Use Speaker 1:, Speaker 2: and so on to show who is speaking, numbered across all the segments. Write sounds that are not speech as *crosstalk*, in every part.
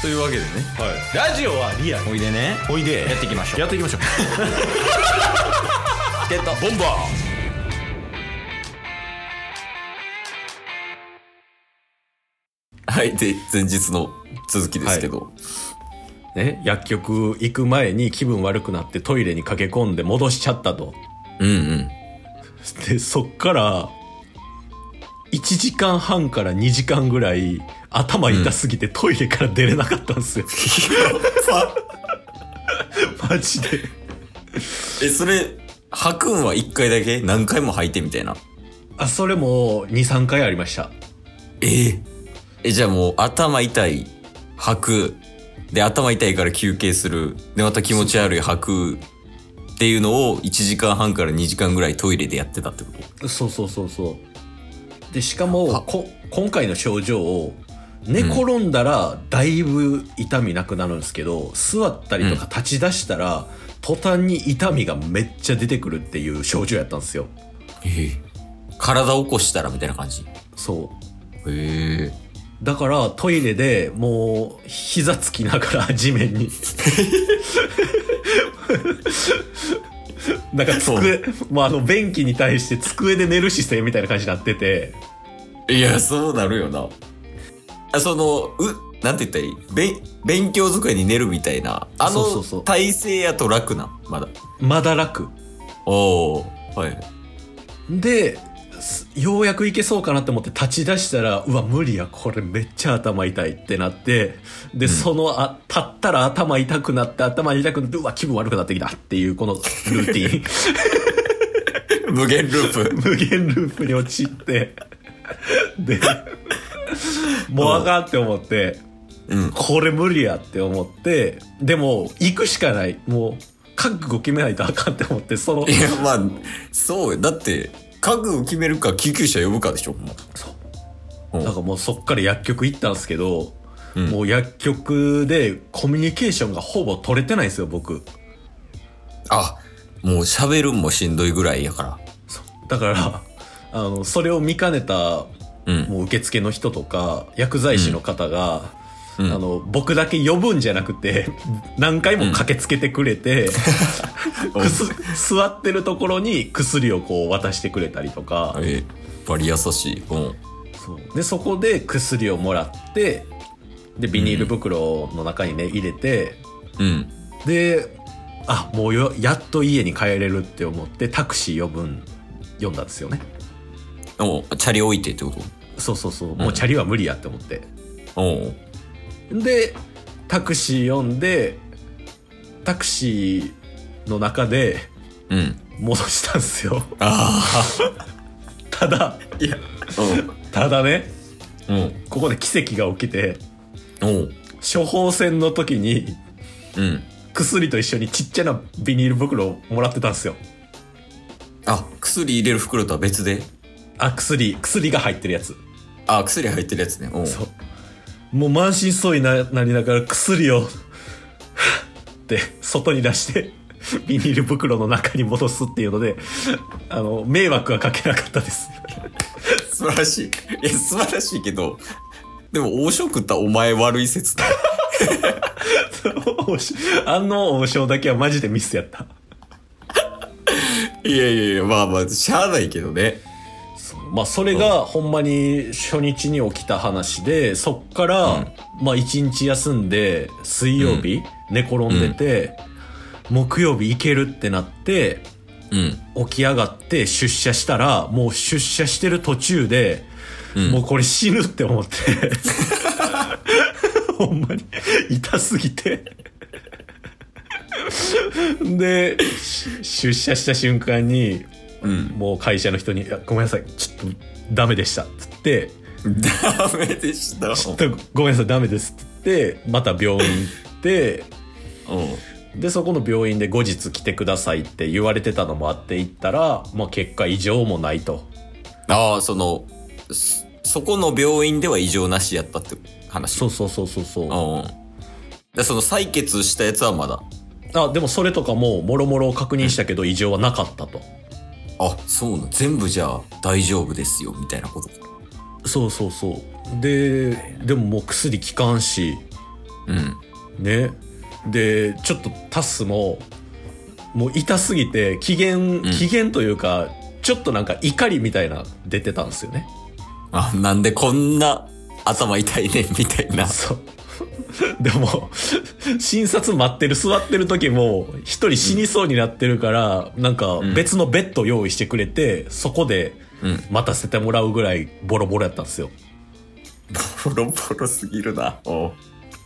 Speaker 1: というわけでね
Speaker 2: はい、ラジオはリアル
Speaker 1: おいでね
Speaker 2: おいで
Speaker 1: やっていきましょう
Speaker 2: やっていきましょう
Speaker 1: ゲット
Speaker 2: ボンバ
Speaker 1: はいで前日の続きですけど、
Speaker 2: ーね薬局行く前に気分悪くなってトイレに駆け込んで戻しちゃったと
Speaker 1: うんうん
Speaker 2: でそっから1時間半から2時間ぐらい頭痛すぎてトイレから出れなかったん *laughs* ですよ、 *laughs* マジで
Speaker 1: *laughs* えそれ吐くんは1回だけ何回も吐いてみたいな
Speaker 2: あそれも23回ありました
Speaker 1: えーえじゃあもう頭痛い吐くで頭痛いから休憩するでまた気持ち悪い吐くっていうのを1時間半から2時間ぐらいトイレでやってたってこと
Speaker 2: そうそうそうそうでしかも
Speaker 1: あ
Speaker 2: こ今回の症状を寝転んだらだいぶ痛みなくなるんですけど、座ったりとか立ち出したら、途端に痛みがめっちゃ出てくるっていう症状やったんですよ
Speaker 1: ええ体起こしたらみたいな感じへ
Speaker 2: そう
Speaker 1: え
Speaker 2: だからトイレでもう膝つきながら地 *laughs* 面になんか机、まあ、あの便器に対して机で寝る姿勢みたいな感じになってて
Speaker 1: いやそうなるよなあそのうなんて言ったらいい勉勉強机に寝るみたいなあ
Speaker 2: そうそうそ
Speaker 1: の
Speaker 2: う
Speaker 1: 体勢やと楽なまだ
Speaker 2: まだ楽
Speaker 1: おおはい
Speaker 2: ですようやくいけそうかなって思って立ち出したらうわ無理やこれめっちゃ頭痛いってなってで、そのあ立ったら頭痛くなって頭痛くなってうわ気分悪くなってきたっていうこのルーティン
Speaker 1: 無限ルー
Speaker 2: *laughs*
Speaker 1: プ
Speaker 2: 無限ループに陥ってでもうあかんって思って
Speaker 1: うん
Speaker 2: これ無理やって思ってでも行くしかないもう覚悟決めないとあかんって思ってその
Speaker 1: いやまあそうよだって覚悟決めるか救急車呼ぶかでしょも
Speaker 2: そう
Speaker 1: う
Speaker 2: なんかもうそっから薬局行ったんですけど、
Speaker 1: うん
Speaker 2: もう薬局でコミュニケーションがほぼ取れてないんですよ、僕。
Speaker 1: あもう喋るんもしんどいぐらいやから
Speaker 2: だから、 *laughs* あの、それを見かねた、
Speaker 1: うん
Speaker 2: もう受付の人とか、薬剤師の方が、
Speaker 1: うん
Speaker 2: あの、僕だけ呼ぶんじゃなくて、何回も駆けつけてくれて、 *laughs* くす座ってるところに薬をこう渡してくれたりとか、
Speaker 1: えバリ優しいうん
Speaker 2: そうでそこで薬をもらってでビニール袋の中にね入れて、
Speaker 1: うん
Speaker 2: であもうよやっと家に帰れるって思ってタクシー呼ぶん呼んだんですよね
Speaker 1: おチャリ置いてってこと
Speaker 2: そうそうそう、もうチャリは無理やって思って
Speaker 1: おう
Speaker 2: でタクシー呼んでタクシーの中で
Speaker 1: うん。
Speaker 2: 戻したんですよ *laughs*
Speaker 1: あ
Speaker 2: ただ
Speaker 1: あ。いや。
Speaker 2: ただね
Speaker 1: うん。うん。
Speaker 2: ここで奇跡が起きて
Speaker 1: おう。
Speaker 2: 処方箋の時に
Speaker 1: うん。
Speaker 2: 薬と一緒にちっちゃなビニール袋をもらってたんですよ
Speaker 1: あ、薬入れる袋とは別で。
Speaker 2: あ薬薬が入ってるやつ
Speaker 1: あ、薬入ってるやつね。おう。
Speaker 2: そう。もう満身創痍ななりながら薬を、はぁって外に出して、 *laughs* ビニール袋の中に戻すっていうので、あの、迷惑はかけなかったです。 *laughs*
Speaker 1: 素晴らしい。いや、素晴らしいけど。でも、王将食ったお前悪い説だ。
Speaker 2: 王将あの王将だけはマジでミスやった。
Speaker 1: いやいやいや、まあまあ、しゃあないけどね。
Speaker 2: まあ、それがほんまに初日に起きた話で、そっから、まあ、一日休んで、水曜日、寝転んでて、木曜日行けるってなって、
Speaker 1: うん。
Speaker 2: 起き上がって出社したら、もう出社してる途中で、
Speaker 1: うん
Speaker 2: もうこれ死ぬって思って。 *laughs* ほんまに、痛すぎて。で、し出社した瞬間に、
Speaker 1: うん。
Speaker 2: もう会社の人に、いやごめんなさい、ちょっとダメでした。つって、
Speaker 1: ダメでした。
Speaker 2: ちょっとごめんなさい、ダメです。つって、また病院行って、
Speaker 1: うん。
Speaker 2: でそこの病院で後日来てくださいって言われてたのもあって行ったら、まあ、結果異常もないと
Speaker 1: ああ、その、そそこの病院では異常なしやったって話。
Speaker 2: そうそうそうそうそう
Speaker 1: うん。でその採血したやつはまだ。
Speaker 2: あでもそれとかももろもろ確認したけど異常はなかったと
Speaker 1: あ、そうな。全部じゃあ大丈夫ですよ、みたいなこと。
Speaker 2: そうそうそうででももう薬効かんし
Speaker 1: うん。
Speaker 2: ねでちょっとタスももう痛すぎて機嫌、機嫌というかちょっとなんか怒りみたいな出てたんですよね
Speaker 1: あ、なんでこんな頭痛いねんみたいな。
Speaker 2: そう *laughs* でも診察待ってる座ってる時も一人死にそうになってるから、なんか別のベッド用意してくれてそこで
Speaker 1: うん。
Speaker 2: 待たせてもらうぐらいボロボロやったんですよ
Speaker 1: ボロボロすぎるな。おう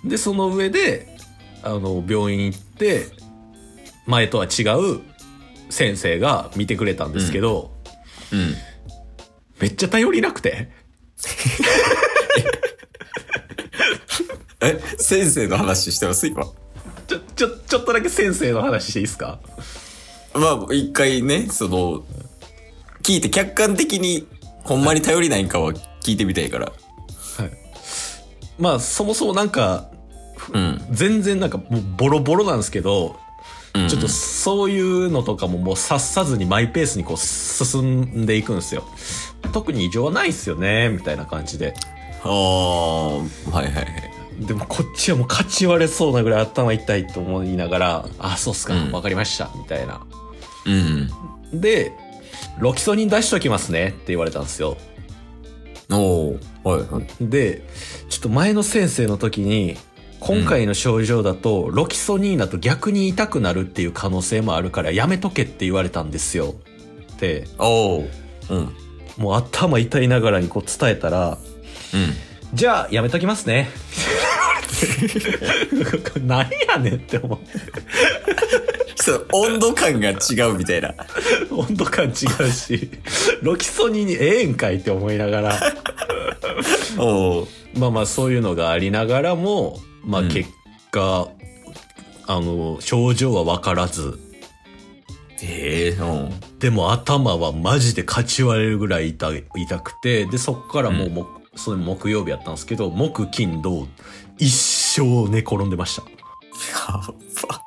Speaker 2: でその上であの病院行って前とは違う先生が見てくれたんですけど、
Speaker 1: うん。
Speaker 2: めっちゃ頼りなくて
Speaker 1: え、先生の話してます今。
Speaker 2: ちょちょちょっとだけ先生の話していいですか
Speaker 1: まあ、一回ね、その、聞いて客観的に、ほんまに頼りないんかは聞いてみたいから。
Speaker 2: まあそもそもなんか
Speaker 1: うん。
Speaker 2: 全然なんかもうボロボロなんですけど
Speaker 1: うん
Speaker 2: ちょっとそういうのとかももう察さずにマイペースにこう進んでいくんですよ特に異常はないっすよねみたいな感じで
Speaker 1: ああ、はいはいはい。
Speaker 2: でもこっちはもう勝ち割れそうなぐらい頭痛いと思いながら「あそうっすか
Speaker 1: うん
Speaker 2: わかりました」みたいな
Speaker 1: うん。
Speaker 2: で「ロキソニン出しときますね」って言われたんですよ
Speaker 1: おーはいはい。
Speaker 2: でちょっと前の先生の時に今回の症状だとロキソニーナと逆に痛くなるっていう可能性もあるからやめとけって言われたんですよって
Speaker 1: おーうん。うん。
Speaker 2: もう頭痛いながらにこう伝えたらじゃあやめときますね *laughs* 何やねんって思って
Speaker 1: その温度感が違うみたいな。
Speaker 2: 温度感違うしロキソニーにええんかいって思いながら
Speaker 1: おー
Speaker 2: まあまあそういうのがありながらも、まあ
Speaker 1: うん
Speaker 2: 結果、あの、症状は分からず、
Speaker 1: ええうん。
Speaker 2: でも頭はマジでかち割れるぐらい痛い痛くて、で、そっからもう、
Speaker 1: うん
Speaker 2: もうそれ木曜日やったんですけど、木、金、土、一生寝転んでました。
Speaker 1: やば。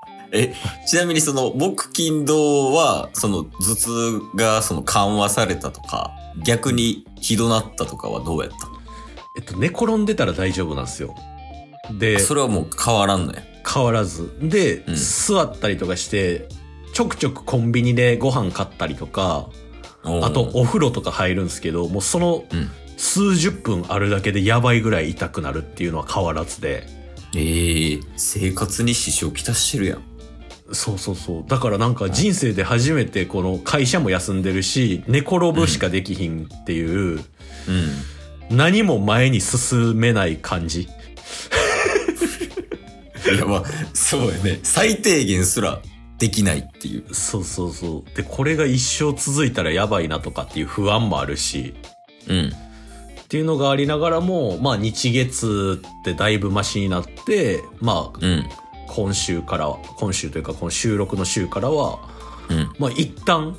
Speaker 1: *laughs* え、ちなみにその、木金堂は、その、頭痛がその緩和されたとか、逆にひどなったとかはどうやった
Speaker 2: えっと、寝転んでたら大丈夫なんですよ。で、
Speaker 1: それはもう変わらんのや。
Speaker 2: 変わらず。で、
Speaker 1: うん
Speaker 2: 座ったりとかして、ちょくちょくコンビニでご飯買ったりとか、
Speaker 1: おー
Speaker 2: あとお風呂とか入るんですけど、もうその
Speaker 1: うん。
Speaker 2: 数十分あるだけでやばいぐらい痛くなるっていうのは変わらずで
Speaker 1: ええ生活に支障きたしてるやん。
Speaker 2: そうそうそうだからなんか人生で初めてこの会社も休んでるし寝転ぶしかできひんっていう、
Speaker 1: うん。
Speaker 2: *laughs* 何も前に進めない感じ
Speaker 1: いやまあそうやね最低限すらできないっていう
Speaker 2: そうそうそうでこれが一生続いたらやばいなとかっていう不安もあるし
Speaker 1: うん
Speaker 2: っていうのがありながらもまあ日月ってだいぶマシになってまあ
Speaker 1: うん
Speaker 2: 今週からは今週というかこの収録の週からは
Speaker 1: うん
Speaker 2: まあ、一旦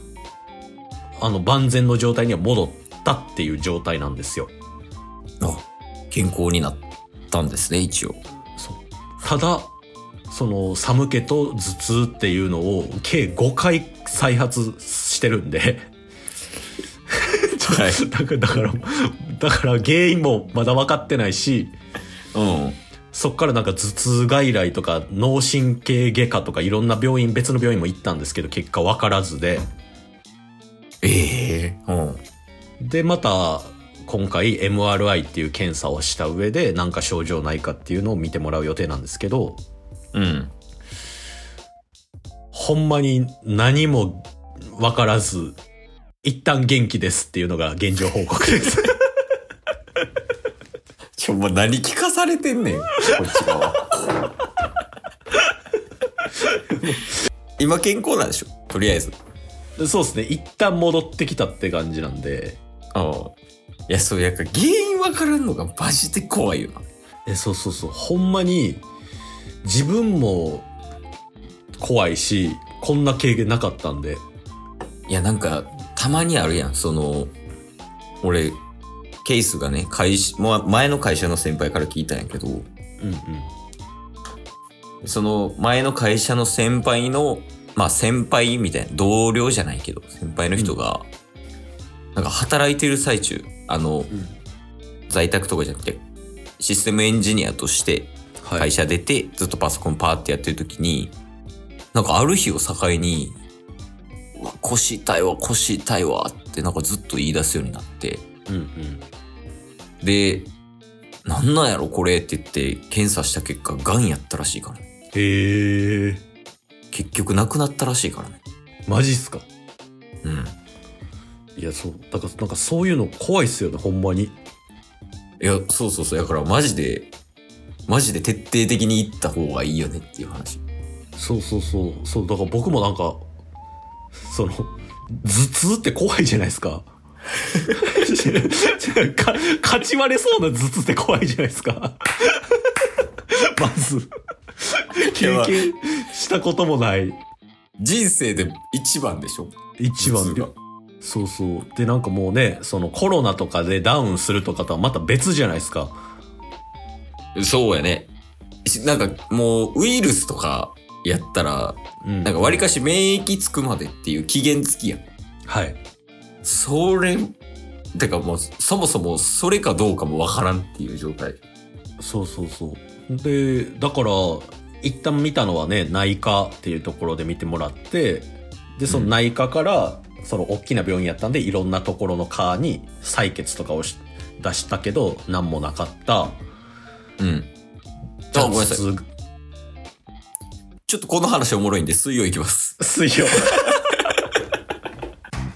Speaker 2: あの万全の状態には戻ったっていう状態なんですよ
Speaker 1: あ健康になったんですね一
Speaker 2: *laughs*
Speaker 1: 応
Speaker 2: そうただその寒気と頭痛っていうのを計5回再発してるんで
Speaker 1: はい
Speaker 2: *laughs* だからだからだから原因もまだ分かってないし
Speaker 1: うん
Speaker 2: そっからなんか頭痛外来とか脳神経外科とかいろんな病院別の病院も行ったんですけど結果分からずで
Speaker 1: ええうん
Speaker 2: でまた今回 MRI っていう検査をした上で何か症状ないかっていうのを見てもらう予定なんですけど
Speaker 1: うん
Speaker 2: ほんまに何も分からず一旦元気ですっていうのが現状報告です
Speaker 1: ちょもう何聞かされてんねんこっち側今健康なんでしょとりあえず
Speaker 2: *laughs* そうですね一旦戻ってきたって感じなんで
Speaker 1: ああいやそうやっぱ原因わからんのがマジで怖いよな
Speaker 2: えそうそうそうほんまに自分も怖いしこんな経験なかったんで
Speaker 1: いや、なんか、たまにあるやん。その、俺、ケースがね、会社、ま前の会社の先輩から聞いたんやけど、
Speaker 2: うんうん
Speaker 1: その前の会社の先輩の、まあ先輩みたいな、同僚じゃないけど、先輩の人が、なんか働いてる最中、あの、
Speaker 2: ん
Speaker 1: 在宅とかじゃなくて、システムエンジニアとして
Speaker 2: はい
Speaker 1: 会社出て、ずっとパソコンパーってやってる時に、なんかある日を境に、うわ腰痛いわ、腰痛いわってなんかずっと言い出すようになって、
Speaker 2: うんうん。
Speaker 1: で、なんなんやろこれって言って検査した結果、癌やったらしいからね。
Speaker 2: へえ。
Speaker 1: 結局亡くなったらしいからね。
Speaker 2: マジっすか
Speaker 1: うん。
Speaker 2: いや、そう。だから、なんかそういうの怖いっすよね、ほんまに。
Speaker 1: いや、そうそうそう。だからマジで、マジで徹底的に行った方がいいよねっていう話。
Speaker 2: そうそうそう。そう、だから僕もなんか、その、頭痛って怖いじゃないですか。 *laughs* か勝ち割れそうな頭痛って怖いじゃないですか。 *laughs* まず、
Speaker 1: やま
Speaker 2: 経
Speaker 1: あ
Speaker 2: 験したこともない
Speaker 1: 人生で一番でしょ
Speaker 2: 一番
Speaker 1: 頭痛
Speaker 2: そうそう。で、なんかもうね、そのコロナとかでダウンするとかとはまた別じゃないですか。
Speaker 1: がそうやね。しなんかもうウイルスとかやったら、
Speaker 2: うん。
Speaker 1: なんか割かし免疫つくまでっていう期限付きやん。
Speaker 2: はい。
Speaker 1: それ、てかもうそもそもそれかどうかもわからんっていう状態。
Speaker 2: そうそうそう。で、だから、一旦見たのはね、内科っていうところで見てもらって、で、その内科から、その大きな病院やったんで、いろんなところの科に採血とかをし出したけど、何もなかった。
Speaker 1: うん。あ、ごめんなさい。
Speaker 2: 頭痛
Speaker 1: ちょっとこの話おもろいんで、水曜行きます。
Speaker 2: 水曜。